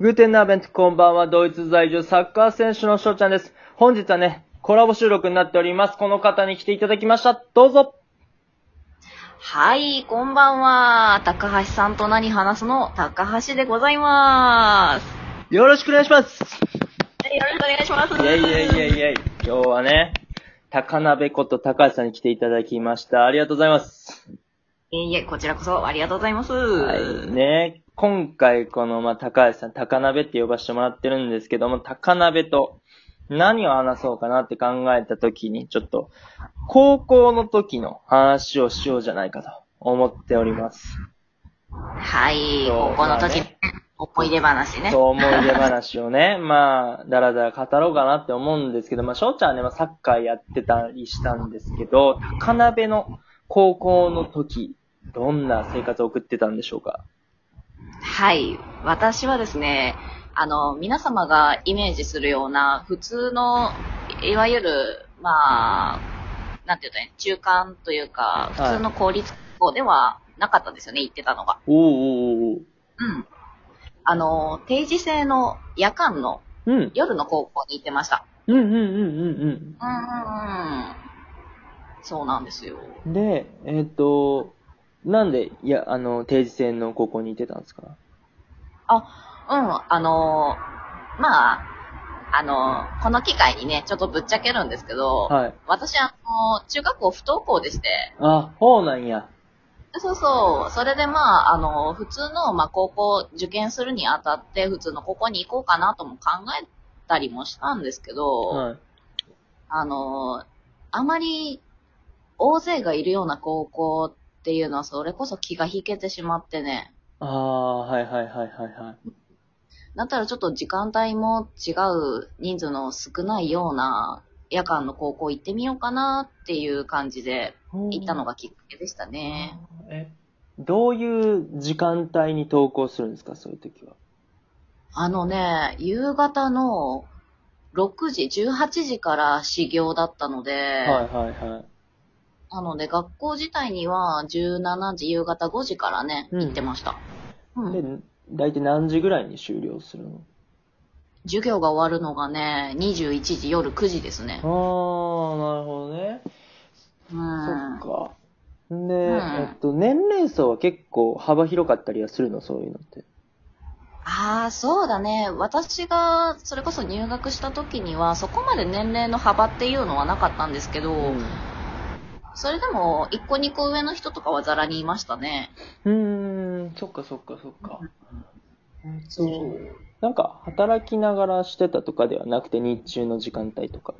グーテンナーベンツこんばんは、ドイツ在住サッカー選手の翔ちゃんです。本日はね、コラボ収録になっております。この方に来ていただきました。どうぞはい、こんばんは。高橋さんと何話すの高橋でございます。よろしくお願いしますよろしくお願いします。イェイイェイイェイイェイ。今日はね、高鍋こと高橋さんに来ていただきました。ありがとうございます。いえいえ、こちらこそありがとうございます。はい。ね、今回この、まあ、高橋さん、高鍋って呼ばせてもらってるんですけども、高鍋と何を話そうかなって考えた時に、ちょっと、高校の時の話をしようじゃないかと思っております。はい、そう高校の時、まあねね、思い出話ね。そう思い出話を ね、まあ、だらだら語ろうかなって思うんですけど、まあ、翔ちゃんはね、まあ、サッカーやってたりしたんですけど、高鍋の高校の時、どんな生活を送ってたんでしょうかはい、私はですね、あの、皆様がイメージするような、普通の、いわゆる、まあ、なんていうとね、中間というか、はい普通の公立高校ではなかったんですよね、行ってたのが。おうおうおううん。あの、定時制の夜間のおううん。夜の高校に行ってました。うんうんうんうんうんうんうん。そうなんですよ。うん。で、えっ、と、なんで、いや、あの、定時制の高校に行ってたんですかうん、あの、まあ、あの、この機会にね、ちょっとぶっちゃけるんですけど、はい。私、あの、中学校不登校でして、あ、そうなんや。そうそう、それでまあ、あの、普通の、まあ、高校受験するにあたって、普通の高校に行こうかなとも考えたりもしたんですけど、はい。あの、あまり大勢がいるような高校っていうのはそれこそ気が引けてしまってね。ああ、はいはいはいはいはい。だったらちょっと時間帯も違う人数の少ないような夜間の高校行ってみようかなっていう感じで行ったのがきっかけでしたね。え、どういう時間帯に投稿するんですか、そういう時は。あのね、夕方の6時、18時から始業だったので、はいはいはい。なので学校自体には17時、夕方5時からね、うん行ってました。うんで、大体何時ぐらいに終了するの授業が終わるのがね、21時、夜9時ですねあ。あ、なるほどね。うん。そっか。で、んえっと、年齢層は結構幅広かったりはするの、そういうのって。ああ、そうだね。私が、それこそ入学した時には、そこまで年齢の幅っていうのはなかったんですけど、それでも、1個2個上の人とかはザラにいましたね。うん、ん、そっかそっかそっか。そう。なんか、働きながらしてたとかではなくて、日中の時間帯とか。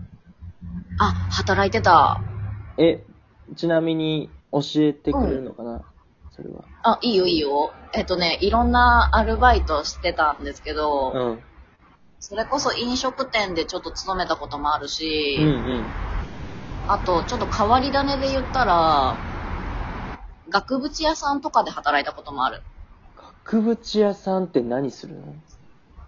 あ、働いてた。え、ちなみに教えてくれるのかな、それは。あ、いいよいいよ。えっとね、いろんなアルバイトしてたんですけど、うん。それこそ飲食店でちょっと勤めたこともあるし、うんうん。あと、ちょっと変わり種で言ったら、額縁屋さんとかで働いたこともある。額縁屋さんって何するの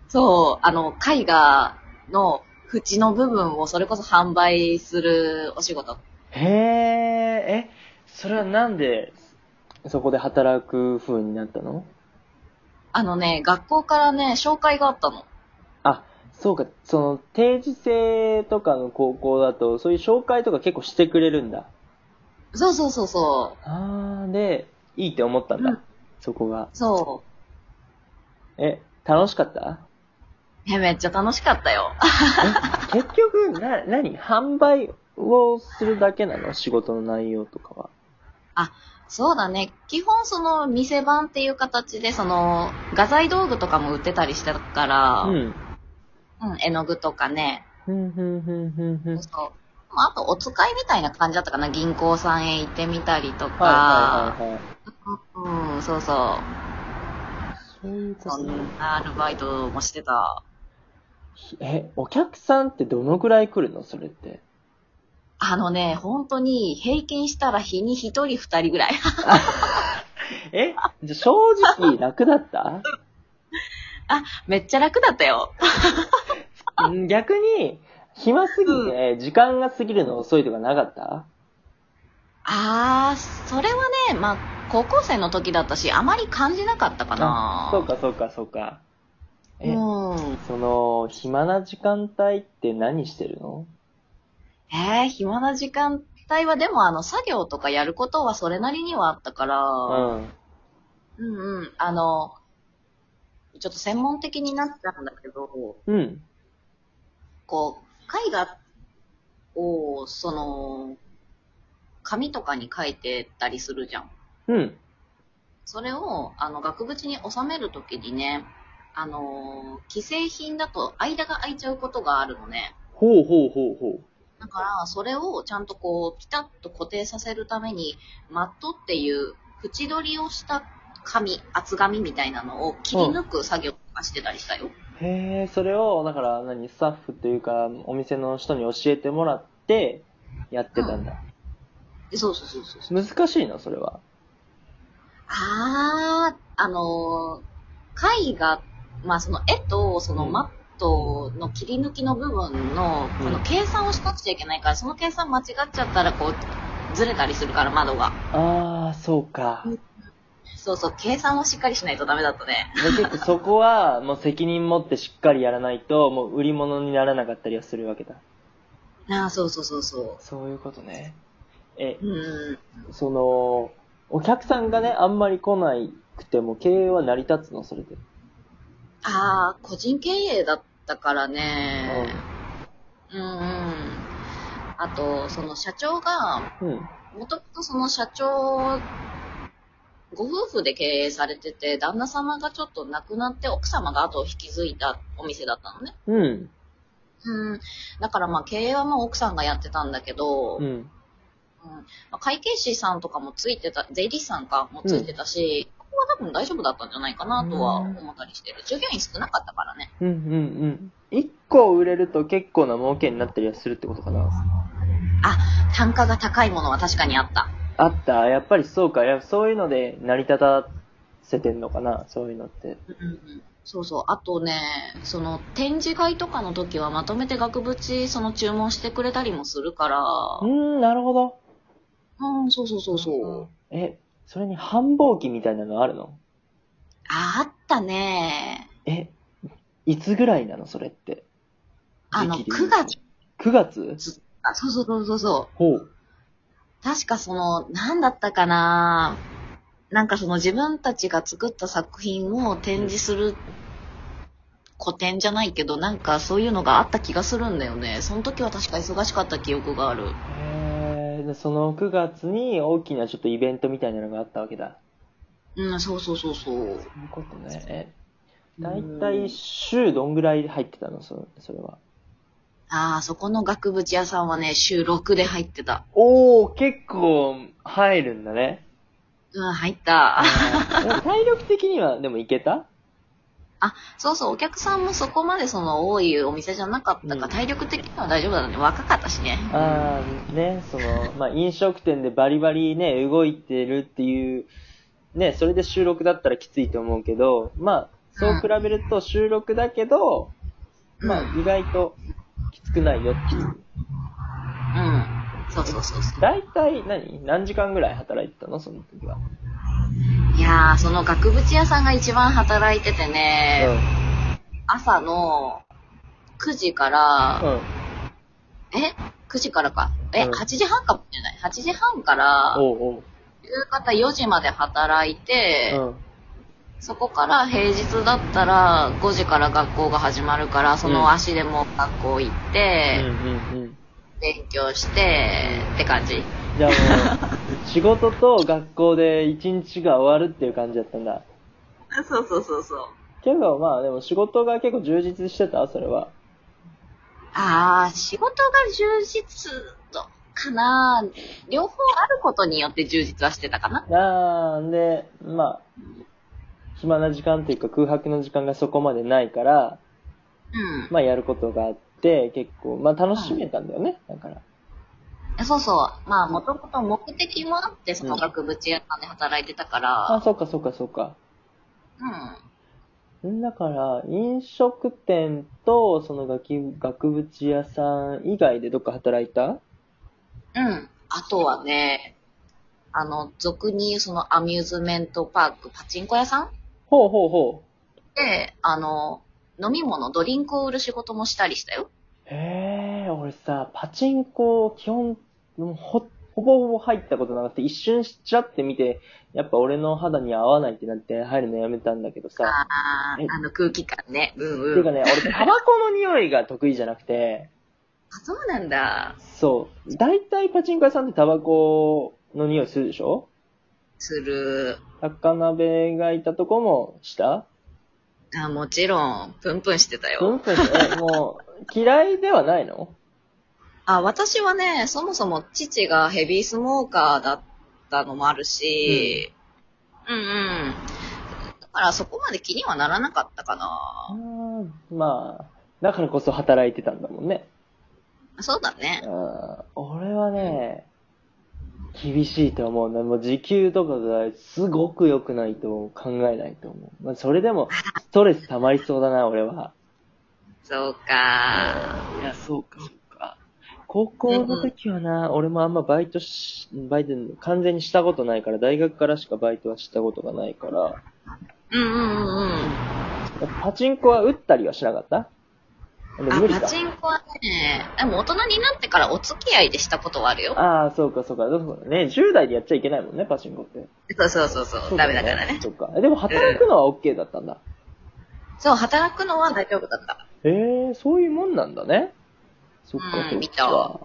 そう、あの、絵画の縁の部分をそれこそ販売するお仕事。へえ、え、それはなんで、そこで働く風になったのあのね、学校からね、紹介があったの。あ、そうか、その、定時制とかの高校だと、そういう紹介とか結構してくれるんだ。そうそうそうそあー、で、いいって思ったんだ、うんそこが。う。そえ、楽しかったう。え、めっちゃ楽しかったよ。 え結局、な、何販売をするだけなの仕事の内容とかは。そうだね。基本その店番っていう形で、その、画材道具とかも売ってたりしてたから、ううん、ん。絵の具とかね、ふんふんふんふんふん。はいそう。まあ、あと、お使いみたいな感じだったかな。銀行さんへ行ってみたりとはか。いはいはい。うん、そうそそういうう。こそとね。んなアルバイトもしてた。え、お客さんってどのくらい来るのそれって。あのね、本当に、平均したら日に一人二人ぐらい。 えじゃ、正直楽だっためっちゃ楽だったよ。 うん逆に、暇すぎて、時間が過ぎるの遅いとかなかったあー、それはね、まあ、高校生の時だったし、あまり感じなかったかな。そうかそうかそうか。え、うん。その、暇な時間帯って何してるのえー、暇な時間帯はでもあの、作業とかやることはそれなりにはあったから、うん。うんうん。あの、ちょっと専門的になっちゃうんだけど、うん。こう、絵画を、その、紙とかに書いてたりするじゃん。うん。それを、あの、額縁に収めるときにね、あの、既製品だと間が空いちゃうことがあるのね。ほうほうほうほだから、それをちゃんとこう、ピタッと固定させるために、マットっていう縁取りをした紙、厚紙みたいなのを切り抜く作業とかしてたりしたよ。う。へえ、それを、だから何、スタッフというか、お店の人に教えてもらって、やってたんだ。えそうそうそうそうそう。難しいな、それは。あー、あのー、絵画、まあその絵とそのうんマットの切り抜きの部分の、うんこの計算をしなくちゃいけないから、その計算間違っちゃったらこう、ずれたりするから窓が。ああ、そうか。そうそう、計算をしっかりしないとダメだったね。で結構そこは、もう責任持ってしっかりやらないと、もう売り物にならなかったりはするわけだ。あー、そうそうそうそそういうことね。え、う。うん。その、お客さんがね、あんまり来なくても、経営は成り立つの、それで。あー、個人経営だったからね。うんうん。あと、その社長が、うん。もともとその社長、ご夫婦で経営されてて、旦那様がちょっと亡くなって、奥様が後を引き継いだお店だったのね。うん。うん。だからまあ経営はもう奥さんがやってたんだけど、うまん。あ会計士さんとかもついてた、税理士さんかもついてたし、ここは多分大丈夫だったんじゃないかなとは思ったりしてる。従業員少なかったからね。うんうんうん。一個売れると結構な儲けになったりはするってことかな。単価が高いものは確かにあった。あった。やっぱりそうか。いやそういうので成り立たせてんのかな。そういうのって。うんうんそうそう。あとね、その展示会とかの時はまとめて額縁、その注文してくれたりもするから、うーん、なるほど。うん、そうそうそうそう。え、それに繁忙期みたいなのあるのああったね。え、いつぐらいなのそれって。あの、時期で言う9と月、。 9月あそうそうそうそうそほう。う。確かその、なんだったかな。なんかその自分たちが作った作品を展示する個展じゃないけど、なんかそういうのがあった気がするんだよね。その時は確か忙しかった記憶がある。へーでその9月に大きなちょっとイベントみたいなのがあったわけだ。うん、そうそうそうそう。そういうことね。え、だいたい週どんぐらい入ってたのそそれは。ああ、そこの額縁屋さんはね、週6で入ってた。おー、結構入るんだね。うん、入った。 え体力的にはでもいけたそうそう、お客さんもそこまでその多いお店じゃなかったから、うん体力的には大丈夫だね。若かったしね。ああ、ね、その、まあ、飲食店でバリバリね、動いてるっていう、ね、それで収録だったらきついと思うけど、まあ、そう比べると収録だけど、うんまあ、意外ときつくないよっていう。うん。そうそうそうそう。だいたい何何時間ぐらい働いてたのその時は。いやー、その額縁屋さんが一番働いててね、朝の9時から、うん。うん。え ?9 時からか。え、うん8時半かもしれない。8時半から、おうおう。夕方4時まで働いて、うん。そこから平日だったら5時から学校が始まるから、その足でもう学校行っうんて、うんうん。勉強して、って感じ。じゃあも う、仕事と学校で一日が終わるっていう感じだったんだ。そうそうそうそう。けどまあ、でも仕事が結構充実してたそれは。あー、仕事が充実度かな両方あることによって充実はしてたかな。なんで、まあ、暇な時間というか空白の時間がそこまでないから、うん。まあやることがあって、結構、まあ楽しめたんだよね、だから。そうそう。まあ、もともと目的もあって、その額縁屋さんで働いてたからあ、、そっかそっかそっか。うん。んだから、飲食店と、その楽器、額縁屋さん以外でどっか働いたうん。あとはね、あの、俗に言うそのアミューズメントパーク、パチンコ屋さんほうほうほで、あの、飲み物、ドリンクを売る仕事もしたりしたよ。へえ、俺さ、パチンコ、基本、もうほ、ほぼほぼ入ったことなくて、一瞬しちゃってみて、やっぱ俺の肌に合わないってなって入るのやめたんだけどさ。あえあ、あの空気感ね。うん。っていううんかね、俺、タバコの匂いが得意じゃなくて、あそうなんだ。そう、大体パチンコ屋さんってタバコの匂いするでしょする。高鍋がいたとこもしたあもちろん、プンプンしてたよ。うんうんえ、もう、嫌いではないのあ、私はね、そもそも父がヘビースモーカーだったのもあるし、うん、うんうんだからそこまで気にはならなかったかな。まあ、だからこそ働いてたんだもんね。そうだね。あー俺はね、厳しいと思うな。もう時給とかがすごく良くないと考えないと思う。まあ、それでも、ストレス溜まりそうだな、俺は。そうか。いや、そうか、そうか。高校の時はな、俺もあんまバイトし、バイト、完全にしたことないから、大学からしかバイトはしたことがないから、うんうんうんうん。パチンコは打ったりはしなかったでもあ無理パか。チンコはね、でも大人になってからお付き合いでしたことはあるよ。ああ、そうか、そうか。でもね、10代でやっちゃいけないもんね、パチンコって。そうそうそうそう、そうダよメだからね。そっか。えでも働くのは OK だったんだ。そう、働くのは大丈夫だった。ええそういうもんなんだね。そっか、うん見そたっか。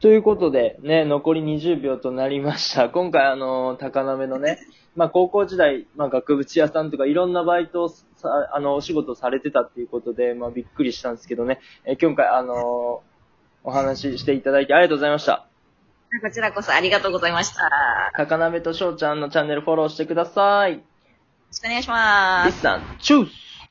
ということで、ね、残り20秒となりました。今回、あの、高鍋の ね、まあ、高校時代、まあ、額縁屋さんとかいろんなバイトをさ、あの、お仕事をされてたっていうことで、まあ、びっくりしたんですけどね、えー今回、あの、お話ししていただいてありがとうございました。こちらこそありがとうございました。よ高鍋と翔ちゃんのチャンネルフォローしてください。ろしくお願いしますリ。スさん、チュース